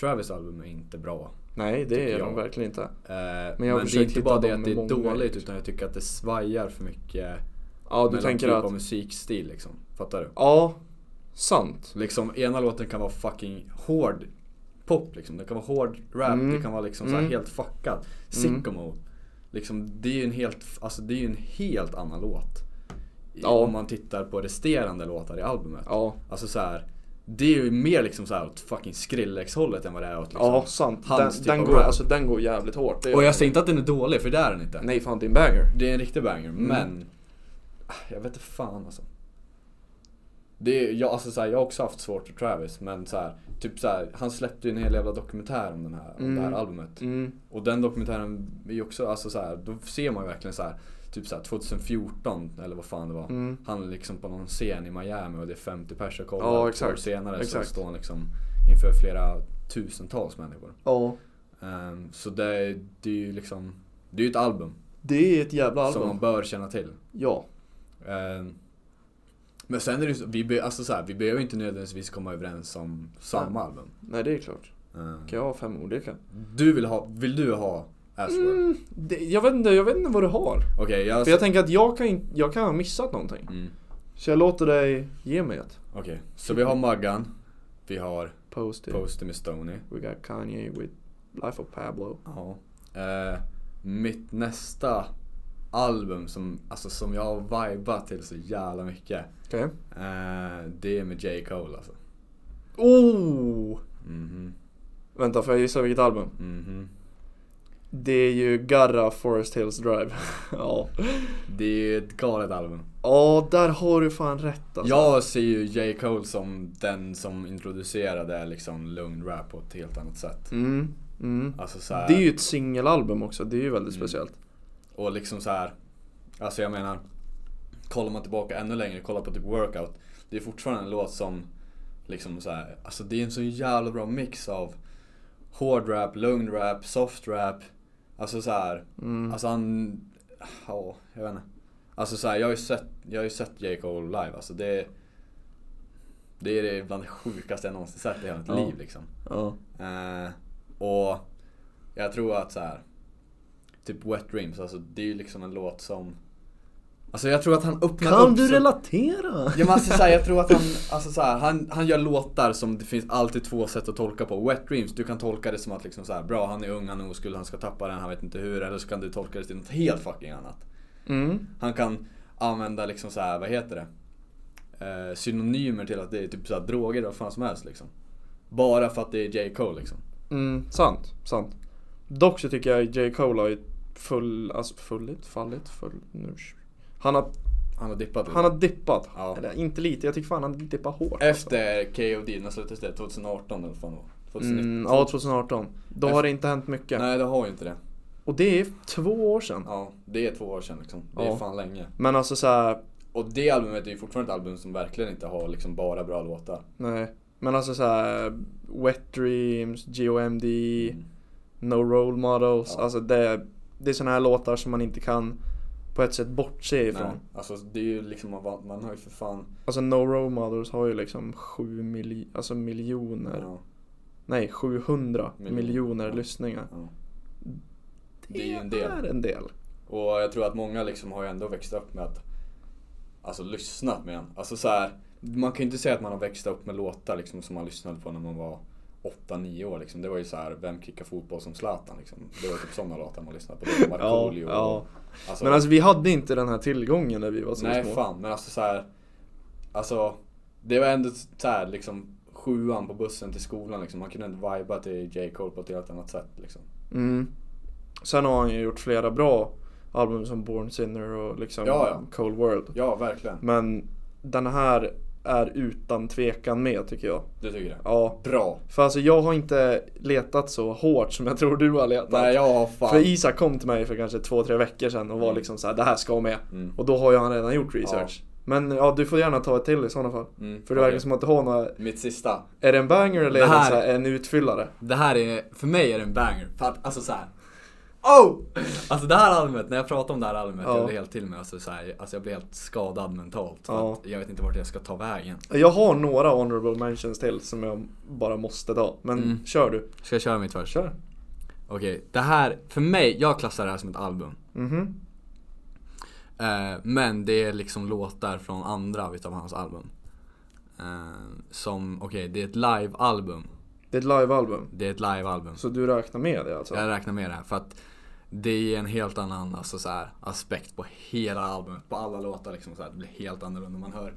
B: Travis album är inte bra.
A: Nej, det
B: Tycker
A: är de
B: jag.
A: verkligen inte.
B: Eh, men
A: jag har
B: det är
A: försökt
B: inte
A: hitta
B: bara det
A: dem
B: att det är
A: med många,
B: dåligt
A: liksom.
B: utan jag tycker att det svajar för mycket
A: Ja, du
B: mellan
A: tänker
B: typ
A: att...
B: av musikstil liksom. Fattar du?
A: Ja, sant.
B: Liksom ena låten kan vara fucking hård pop liksom. Det kan vara hård rap,
A: Mm.
B: det kan vara liksom så här
A: Mm.
B: helt
A: Mm.
B: fuckat. Sycamo. Liksom, det är ju en helt, alltså det är ju en helt annan låt. I-
A: Ja.
B: Om man tittar på resterande låtar i albumet.
A: Ja,
B: Alltså så här, det är ju mer liksom så här åt fucking Skrillex-hållet än vad det är åt liksom.
A: ja sant. Den,
B: Hans typ
A: den,
B: av
A: går,
B: rap.
A: alltså, den går jävligt hårt. Det är-
B: Och jag säger inte att den är dålig, för det är den inte.
A: Nej fan, det är en banger.
B: Det är en riktig banger,
A: Mm.
B: men... ah, Jag vet inte fan alltså. Det är, jag, alltså så här, jag har också haft svårt för Travis, men så här, typ så här, han släppte ju en hel jävla dokumentär om, den här, om det här
A: Mm.
B: albumet.
A: Mm.
B: Och den dokumentären är ju också, alltså så här, då ser man ju verkligen så här, typ så här 2014 eller vad fan det var.
A: Mm.
B: Han är liksom på någon scen i Miami och det är 50 pers som kollar.
A: Ja,
B: Två år
A: exakt.
B: senare
A: Exakt.
B: så står han liksom inför flera tusentals människor.
A: Ja,
B: Ehm, så det, är- det är ju liksom, det är ju ett album
A: det är ett jävla
B: som
A: album.
B: man bör känna till.
A: Ja.
B: Ehm, Men sen är det ju så, vi, be, alltså så här, vi behöver ju inte nödvändigtvis komma överens om samma album.
A: Nej, det är klart.
B: Ehm,
A: Kan jag ha fem olika?
B: Du vill ha, vill du ha Ashworth?
A: Mm, det, jag, vet inte, jag vet inte vad du har.
B: Okej, jag...
A: För jag tänker att jag kan, in- jag kan ha missat någonting.
B: mm,
A: Så jag låter dig ge mig ett.
B: Okej, så vi har Maggan, vi har
A: Post it.
B: Poster med Stoney.
A: We got Kanye with Life of Pablo.
B: Ja. Ehm, mitt nästa album som, alltså, som jag har vibat till så jävla mycket,
A: Okej.
B: eh, det är med J. Cole alltså.
A: Oh!
B: Mhm,
A: Vänta, får jag gissa vilket album?
B: mhm.
A: Det är ju Garra Forest Hills Drive. ja.
B: Det är ju ett galet album.
A: Ja, där har du fan rätt alltså.
B: Jag ser ju J. Cole som den som introducerade liksom lugn rap på ett helt annat sätt.
A: Mm, mm.
B: Alltså så här,
A: Det är ju ett singelalbum också, det är ju väldigt
B: Mm.
A: speciellt.
B: Och liksom så här. Alltså jag menar, kollar man tillbaka ännu längre, kollar på typ Workout. Det är fortfarande en låt som liksom så här, alltså det är en så jävla bra mix av hård rap, lugn rap, soft rap. Alltså så här,
A: Mm.
B: alltså han, ja, jag vet inte. Alltså så här, jag har ju sett, jag har ju sett J. Cole live, alltså det det är det bland det sjukaste jag någonsin sett i hela mitt
A: Ja.
B: liv liksom.
A: Ja.
B: Eh, och jag tror att så här. Typ Wet Dreams, alltså det är ju liksom en låt som... Alltså jag tror att han öppnar
A: Kan
B: upp
A: du
B: så-
A: relatera?
B: Ja, men alltså, så här, jag tror att han, alltså, så här, han, han gör låtar som det finns alltid två sätt att tolka på. Wet Dreams, du kan tolka det som att liksom så här, bra han är ung, han är oskuld, han ska tappa den, han vet inte hur. Eller så kan du tolka det till något helt fucking annat.
A: Mm.
B: Han kan använda liksom så här, vad heter det? Eh, synonymer till att det är typ så här, droger eller vad fan som helst liksom. Bara för att det är J. Cole liksom.
A: Mm, sant, sant. Dock så tycker jag J. Cole har ju full, alltså fullit, fallit, full, nu. Han har,
B: Han har dippat lite.
A: han har dippat.
B: Ja.
A: Eller inte lite, jag tycker fan han dippar hårt. alltså.
B: Efter KOD, när släpptes det? 2018 eller vad fan det var? 2019?
A: Mm, ja, 2018. Då har
B: Efter-
A: det inte hänt mycket.
B: Nej det har ju inte det.
A: Och det är två år sedan.
B: Ja, det är två år sedan liksom. Det är
A: Ja.
B: fan länge.
A: Men alltså så här,
B: Och det albumet är ju fortfarande ett album som verkligen inte har liksom bara bra låtar.
A: nej. Men alltså så här, Wet Dreams, GOMD,
B: Mm.
A: No Role Models.
B: Ja.
A: Alltså det, det är såna här låtar som man inte kan på ett sätt bortse ifrån.
B: Nej. Alltså det är ju liksom, man, man har ju för fan...
A: Alltså No Role Models har ju liksom 7 milj- alltså miljoner,
B: Ja,
A: nej 700
B: Miljoner.
A: miljoner
B: Ja.
A: lyssningar.
B: ja. Det är ju en del.
A: är en del.
B: Och jag tror att många liksom har ju ändå växt upp med att... Alltså lyssnat med en. Alltså så här, man kan ju inte säga att man har växt upp med låtar liksom som man lyssnade på när man var 8-9 år liksom. Det var ju så här, vem kickar fotboll som Zlatan liksom. Det var typ sådana låtar man lyssnade på. Det var
A: Ja,
B: Markoolio
A: ja.
B: och... Alltså,
A: Men alltså vi hade inte den här tillgången när vi var så
B: nej
A: små.
B: fan, men alltså så här. Alltså, det var ändå så här liksom sjuan på bussen till skolan liksom. Man kunde inte vibea till J. Cole på ett helt annat sätt liksom.
A: Mm. Sen har han ju gjort flera bra album som Born Sinner och liksom
B: Ja, ja.
A: Cold World.
B: Ja, verkligen.
A: Men den här är utan tvekan med tycker jag.
B: Du tycker det?
A: Ja.
B: Bra.
A: För alltså jag har inte letat så hårt som jag tror du har letat.
B: Nej, jag har fan...
A: För Isak kom till mig för kanske två, tre veckor sedan och var
B: Mm.
A: liksom så här: det här ska med.
B: Mm.
A: Och då har ju han redan gjort research. Men ja, du får gärna ta ett till i sådana fall.
B: Mm,
A: För det verkar
B: okej.
A: som att du har några,
B: Mitt sista.
A: är det en banger eller
B: Det
A: är det
B: här-
A: så här en utfyllare?
B: Det här är, för mig är det en banger. För att, alltså såhär. Oh! Alltså det här albumet, när jag pratar om det här albumet,
A: Ja.
B: jag blir helt till mig. Alltså, så här, alltså jag blir helt skadad mentalt. För
A: Ja.
B: att jag vet inte vart jag ska ta vägen.
A: Jag har några honorable mentions till som jag bara måste ta. Men
B: Mm.
A: kör du.
B: Ska jag köra mitt först?
A: Kör.
B: Okej, det här, för mig, jag klassar det här som ett album.
A: Mhm.
B: Eh, men det är liksom låtar från andra utav hans album. Eh, som, okej, det är ett live-album.
A: Det är ett livealbum.
B: Det är ett livealbum.
A: Så du räknar med det alltså?
B: Jag räknar med det här för att det ger en helt annan alltså, så här, aspekt på hela albumet, på alla låtar. Liksom, så här, det blir helt annorlunda. Man hör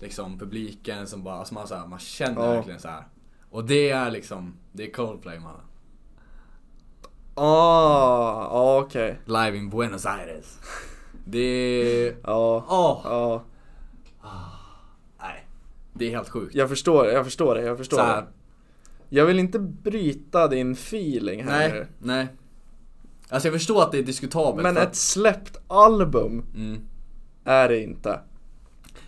B: liksom, publiken som bara, alltså, man, så här, man känner
A: Ja.
B: verkligen så här. Och det är liksom, det är Coldplay mannen.
A: Ah, ah okej.
B: Live in Buenos Aires. Det är...
A: Ja,
B: Åh!
A: ja.
B: nej. Det är helt sjukt.
A: Jag förstår, jag förstår det, jag förstår
B: Så här,
A: det. Jag vill inte bryta din feeling här
B: nej,
A: nu.
B: nej. Alltså jag förstår att det är diskutabelt.
A: Eh. Men
B: för
A: ett släppt album
B: att, mm,
A: är det inte.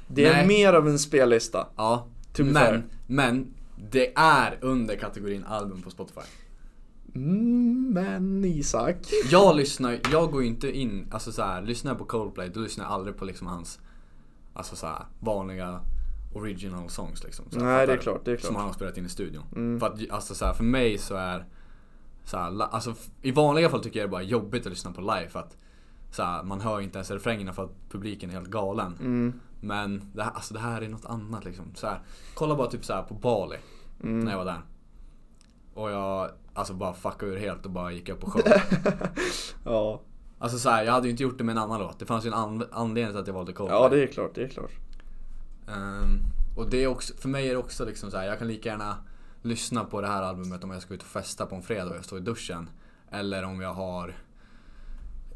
A: Det är
B: Nej.
A: mer av en spellista.
B: ja.
A: To be fair.
B: Men, men det är under kategorin album på Spotify.
A: Mm, men Isak.
B: Jag lyssnar, jag går ju inte in, alltså så här, lyssnar jag på Coldplay då lyssnar jag aldrig på liksom hans, alltså så här, vanliga original songs liksom. Så här,
A: Nej, det är
B: fattar du?
A: klart, det är
B: Som
A: klart. Mm.
B: han har spelat in i studion. För att alltså så här, för mig så är, så här, la- alltså f- i vanliga fall tycker jag det bara är jobbigt att lyssna på live för att så här, man hör inte ens refrängerna för att publiken är helt galen.
A: Mm,
B: Men det här, alltså det här är något annat liksom. Så här, kolla bara typ så här på Bali när
A: mm.
B: jag var där. Och jag alltså bara fuckade ur helt och bara gick upp på show.
A: Ja.
B: Alltså så här, jag hade ju inte gjort det med en annan låt. Det fanns ju en an- anledning till att jag valde Coldplay.
A: ja, det är klart, det är klart.
B: Ehm, och det är också, för mig är det också liksom så här, jag kan lika gärna lyssna på det här albumet om jag ska ut och festa på en fredag och jag står i duschen. Eller om jag har,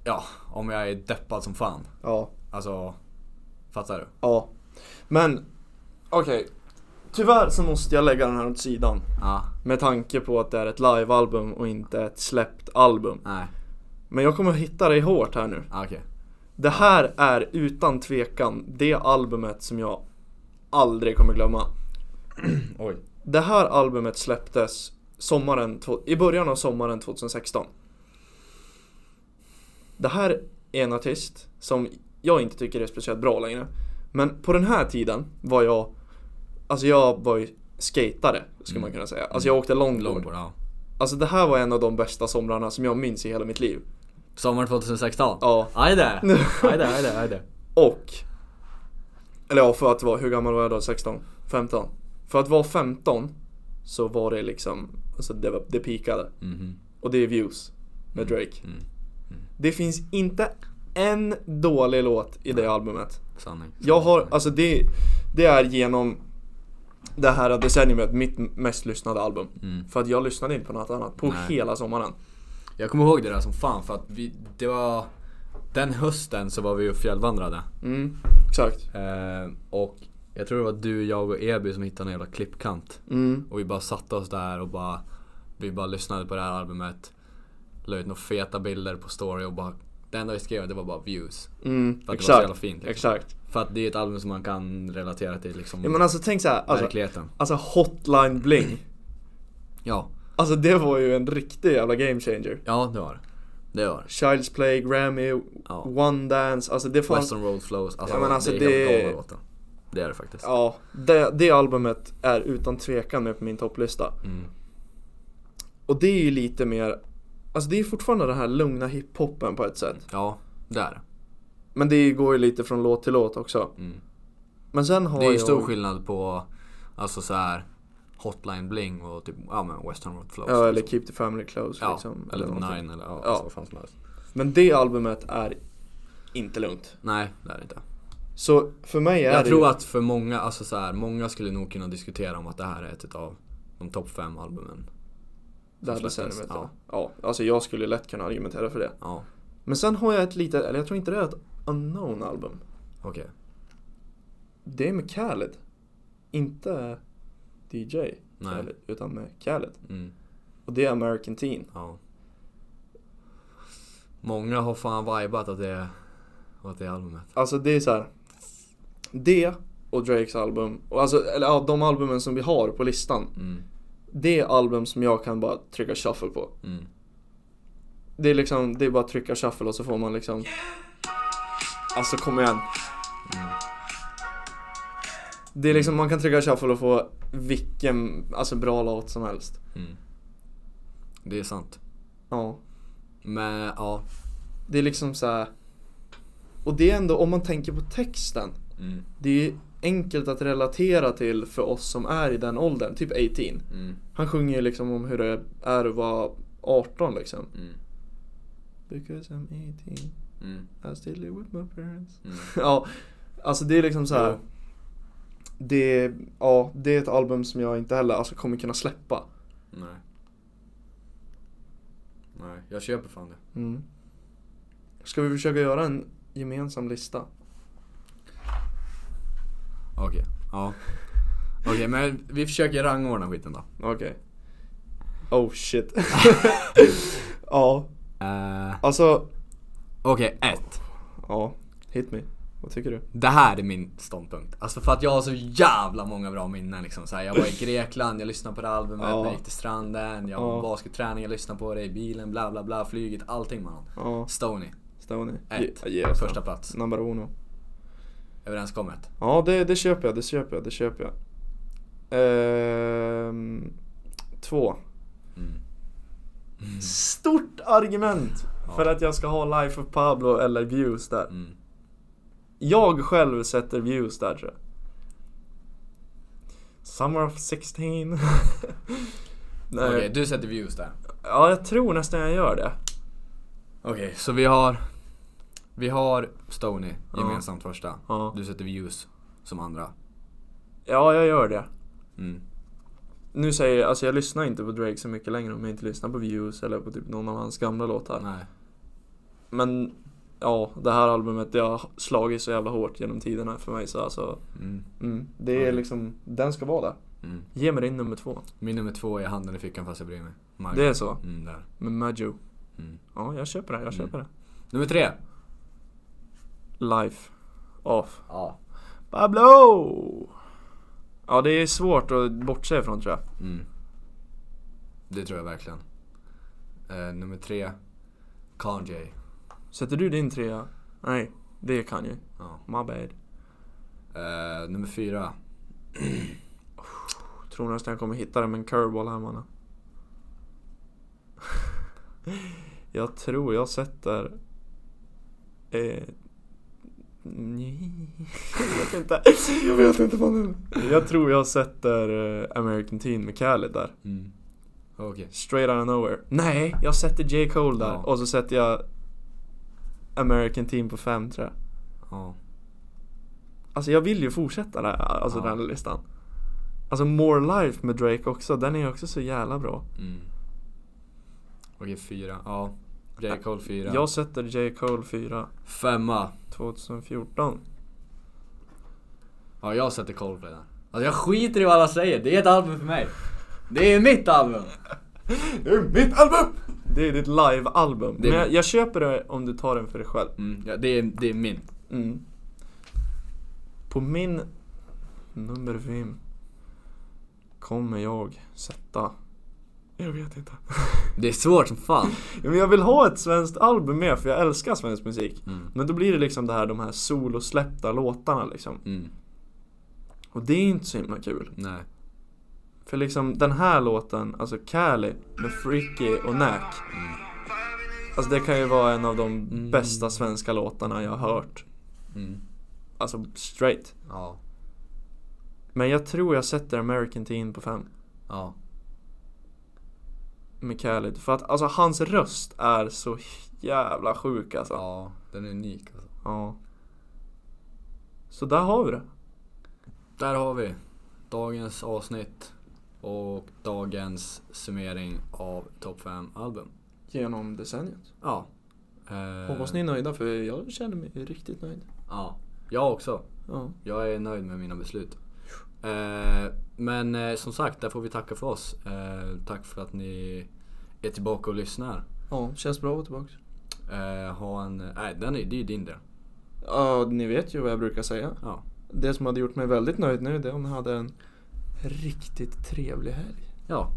B: ja, om jag är deppad som fan.
A: Ja,
B: Alltså, fattar du?
A: ja. Men, okej. Tyvärr så måste jag lägga den här åt sidan.
B: Ja,
A: Med tanke på att det är ett livealbum och inte ett släppt album.
B: nej,
A: Men jag kommer att hitta dig hårt här nu.
B: ah, okej.
A: Det här är utan tvekan det albumet som jag aldrig kommer glömma.
B: Oj.
A: Det här albumet släpptes sommaren, två- i början av sommaren 2016. Det här är en artist som jag inte tycker är speciellt bra längre. Men på den här tiden var jag, alltså jag var ju skatare skulle man kunna säga. Alltså jag åkte longboard.
B: Longboard, ja.
A: Alltså det här var en av de bästa somrarna som jag minns i hela mitt liv.
B: Sommaren 2016?
A: Ja.
B: Aj det! Aj det, aj det, aj det.
A: Och, eller ja, för att vara, hur gammal var jag då? 16? 15? För att vara 15 så var det liksom, alltså det, var, det peakade.
B: Mhm.
A: Och det är Views med Drake.
B: Mm.
A: Det finns inte en dålig låt i det albumet.
B: Sanning.
A: Jag har, alltså det, det är genom det här decenniet mitt mest lyssnade album.
B: Mm.
A: För att jag lyssnade inte på något annat på
B: Nej.
A: hela sommaren.
B: Jag kommer ihåg det där som fan för att vi, det var Den hösten så var vi och fjällvandrade
A: Mm, exakt.
B: eh, Och jag tror det var du, jag och Eby som hittade en jävla klippkant
A: Mm,
B: Och vi bara satte oss där och bara Vi bara lyssnade på det här albumet La ut några feta bilder på story och bara Det enda vi skrev det var bara views
A: mm,
B: För att det var så jävla
A: exakt.
B: fint liksom.
A: Exakt.
B: För att det är ett album som man kan relatera till liksom
A: Ja, men alltså tänk så här, alltså,
B: verkligheten
A: alltså hotline bling.
B: Ja,
A: Alltså det var ju en riktig jävla game changer.
B: ja det var det Det var det
A: Child's Play, Grammy,
B: Ja.
A: One Dance, alltså det fanns...
B: Western Road Flows, alltså,
A: Ja, men alltså,
B: det är
A: det-
B: helt galna låten Det är det faktiskt
A: Ja, det, det albumet är utan tvekan med på min topplista.
B: mm.
A: Och det är ju lite mer, alltså det är fortfarande den här lugna hiphopen på ett sätt.
B: Ja, det är det
A: Men det går ju lite från låt till låt också.
B: Mm.
A: Men sen har
B: Det är ju
A: jag...
B: stor skillnad på alltså så här Hotline Bling och typ ja, men Western Road Flows.
A: Ja, eller
B: liksom.
A: Keep the Family Close
B: ja,
A: liksom.
B: eller typ
A: någonting.
B: Nine eller ja,
A: Ja.
B: alltså, vad fan som helst.
A: Men det albumet är inte lugnt.
B: Nej, det är det inte.
A: Så för mig är
B: Jag
A: det
B: tror
A: ju...
B: att för många, alltså så här, många skulle nog kunna diskutera om att det här är ett av de topp fem albumen.
A: det här
B: släpptes,
A: decenniet. Ja.
B: ja.
A: ja, alltså jag skulle lätt kunna argumentera för det.
B: Ja,
A: Men sen har jag ett litet, eller jag tror inte det är ett unknown album.
B: okej.
A: Det är med Khaled. Inte DJ
B: Nej.
A: Khaled, utan med Khaled.
B: Mm,
A: Och det är American Teen.
B: ja. Många har fan vibat att det, att det är albumet.
A: Alltså det är så här. Det och Drakes album, och alltså, eller ja, de albumen som vi har på listan.
B: Mm,
A: Det är album som jag kan bara trycka shuffle på.
B: mm.
A: Det är liksom, det är bara att trycka shuffle och så får man liksom Alltså kom igen Det är liksom, man kan trycka shuffle och få vilken, alltså bra låt som helst
B: Mm. Det är sant.
A: Ja
B: Men ja.
A: Det är liksom så här. Och det är ändå, om man tänker på texten
B: Mm.
A: Det är ju enkelt att relatera till för oss som är i den åldern, typ 18.
B: Mm.
A: Han sjunger ju liksom om hur det är att vara 18 liksom.
B: Mm.
A: Because I'm 18,
B: Mm.
A: I still live with my parents.
B: Mm.
A: ja, alltså det är liksom så här.
B: Jo.
A: Det, ja, det är ett album som jag inte heller alltså, kommer kunna släppa.
B: Nej. Nej, jag köper fan det.
A: Mm. Ska vi försöka göra en gemensam lista?
B: Okej. Ja. Okej, men vi försöker rangordna skiten då.
A: Okej. Oh shit. ja,
B: Eh,
A: alltså.
B: Okej, ett.
A: Ja, hit me. Vad tycker du?
B: Det här är min ståndpunkt. Alltså för att jag har så jävla många bra minnen liksom. Så här, jag var i Grekland, jag lyssnade på det här albumet,
A: Ja.
B: jag gick till stranden, jag var
A: Ja.
B: på basketträning, jag lyssnade på det i bilen, bla bla bla, flyget, allting man.
A: Ja,
B: Stony,
A: Stoney.
B: ett.
A: Ge- ge oss
B: Första
A: den.
B: plats.
A: Number uno.
B: Överenskommet.
A: Ja, det, det köper jag, det köper jag, det köper jag. Ehm, två.
B: Mm.
A: Stort argument för
B: Ja.
A: att jag ska ha Life of Pablo eller Views där.
B: Mm.
A: Jag själv sätter Views där tror jag. Summer of 16. Nej.
B: Okej, du sätter views där.
A: Ja, jag tror nästan jag gör det.
B: Okej, så vi har Vi har Stony gemensamt första.
A: Ja.
B: Du sätter views som andra.
A: Ja, jag gör det.
B: Mm.
A: Nu säger jag, alltså jag lyssnar inte på Drake så mycket längre om jag inte lyssnar på Views eller på typ någon av hans gamla låtar.
B: Nej.
A: Men ja, det här albumet det har slagit så jävla hårt genom tiderna för mig så alltså
B: Mm.
A: mm, Det är
B: Ja.
A: liksom, den ska vara där.
B: Mm.
A: Ge mig din nummer två.
B: Min nummer två är handen i fickan fast jag bryr mig. Mago.
A: Det är så.
B: Mm, där.
A: Med Maggio.
B: Mm.
A: Ja, jag köper det, jag köper det.
B: Nummer tre.
A: Life. Off.
B: Ja.
A: Pablo! Ja, det är svårt att bortse ifrån tror jag.
B: Mm. Det tror jag verkligen. Eh, nummer tre. Kanye.
A: Sätter du din trea? Nej, det kan ju.
B: Ja.
A: My bad.
B: Eh, nummer fyra.
A: Tror nästan jag kommer hitta det med en curveball här mannen. Jag tror jag sätter... Eh, nej. Jag vet inte. Jag vet inte vad nu. Jag tror jag sätter eh, American Teen med Khaled där.
B: Mm. Okej.
A: Straight out of nowhere. Nej, jag sätter J. Cole där.
B: Ja.
A: Och så sätter jag American Teen på fem tror jag.
B: Ja.
A: Alltså jag vill ju fortsätta där, alltså
B: Ja.
A: den här listan. Alltså More Life med Drake också, den är också så jävla bra.
B: Mm. Okej, fyra. Ja. J. Cole fyra.
A: Jag sätter J. Cole 4
B: Femma.
A: 2014.
B: Ja, jag sätter Coldplay där. Alltså jag skiter i vad alla säger, det är ett album för mig. Det är mitt album!
A: Det är mitt album! Det är ditt live-album.
B: Det är
A: Men jag,
B: mitt.
A: jag köper det om du tar den för dig själv.
B: Mm, ja, det, är, det är min.
A: Mm. På min nummer fem kommer jag sätta... Jag vet inte.
B: Det är svårt som fan.
A: Ja, Men jag vill ha ett svenskt album med för jag älskar svensk musik.
B: Mm.
A: Men då blir det liksom det här, de här solosläppta låtarna liksom.
B: Mm,
A: Och det är inte så himla kul.
B: nej.
A: För liksom den här låten, alltså Cali med Freaky och Nack. Alltså det kan ju vara en av de
B: Mm.
A: bästa svenska låtarna jag har hört.
B: Mm.
A: Alltså straight.
B: Ja.
A: Men jag tror jag sätter American Teen på fem
B: Ja.
A: med Khaled. För att alltså hans röst är så jävla sjuk alltså. Ja.
B: Ja, den är unik alltså.
A: Så där har vi det.
B: Där har vi dagens avsnitt och dagens summering av topp 5 album.
A: Genom decenniet.
B: Ja. Eh,
A: Hoppas ni är nöjda för jag känner mig riktigt nöjd.
B: Ja. Jag också.
A: Ja.
B: Jag är nöjd med mina beslut. Eh, men eh, som sagt, där får vi tacka för oss. Eh, tack för att ni är tillbaka och lyssnar.
A: Ja, känns bra att vara tillbaka.
B: Eh, ha en... Nej, den är, det är ju din del.
A: Ja, ni vet ju vad jag brukar säga.
B: Ja.
A: Det som hade gjort mig väldigt nöjd nu det är om ni hade en riktigt trevlig helg.
B: Ja.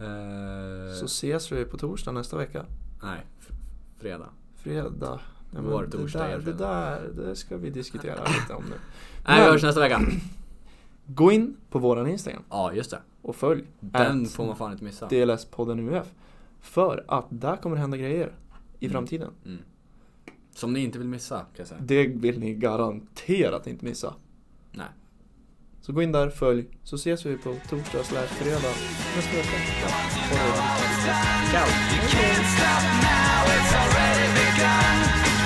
B: Eh,
A: Så ses vi på torsdag nästa vecka.
B: Nej, f- fredag.
A: Fredag. Nej, men
B: Vår
A: det
B: torsdag
A: där,
B: är
A: det
B: fredag.
A: där det ska vi diskutera lite om nu.
B: Nej, vi
A: Men-
B: hörs nästa vecka.
A: Gå in på våran Instagram
B: Ja, just det.
A: och följ
B: Den
A: att
B: får man fan inte missa.
A: DLS-podden UF. För att där kommer det hända grejer i framtiden.
B: Mm.
A: Mm.
B: Som ni inte vill missa, kan jag säga.
A: Det vill ni garanterat inte missa.
B: Nej.
A: Så gå in där, följ, så ses vi på torsdag slash fredag nästa vecka. Ja, ha det bra.
C: Now it's already begun.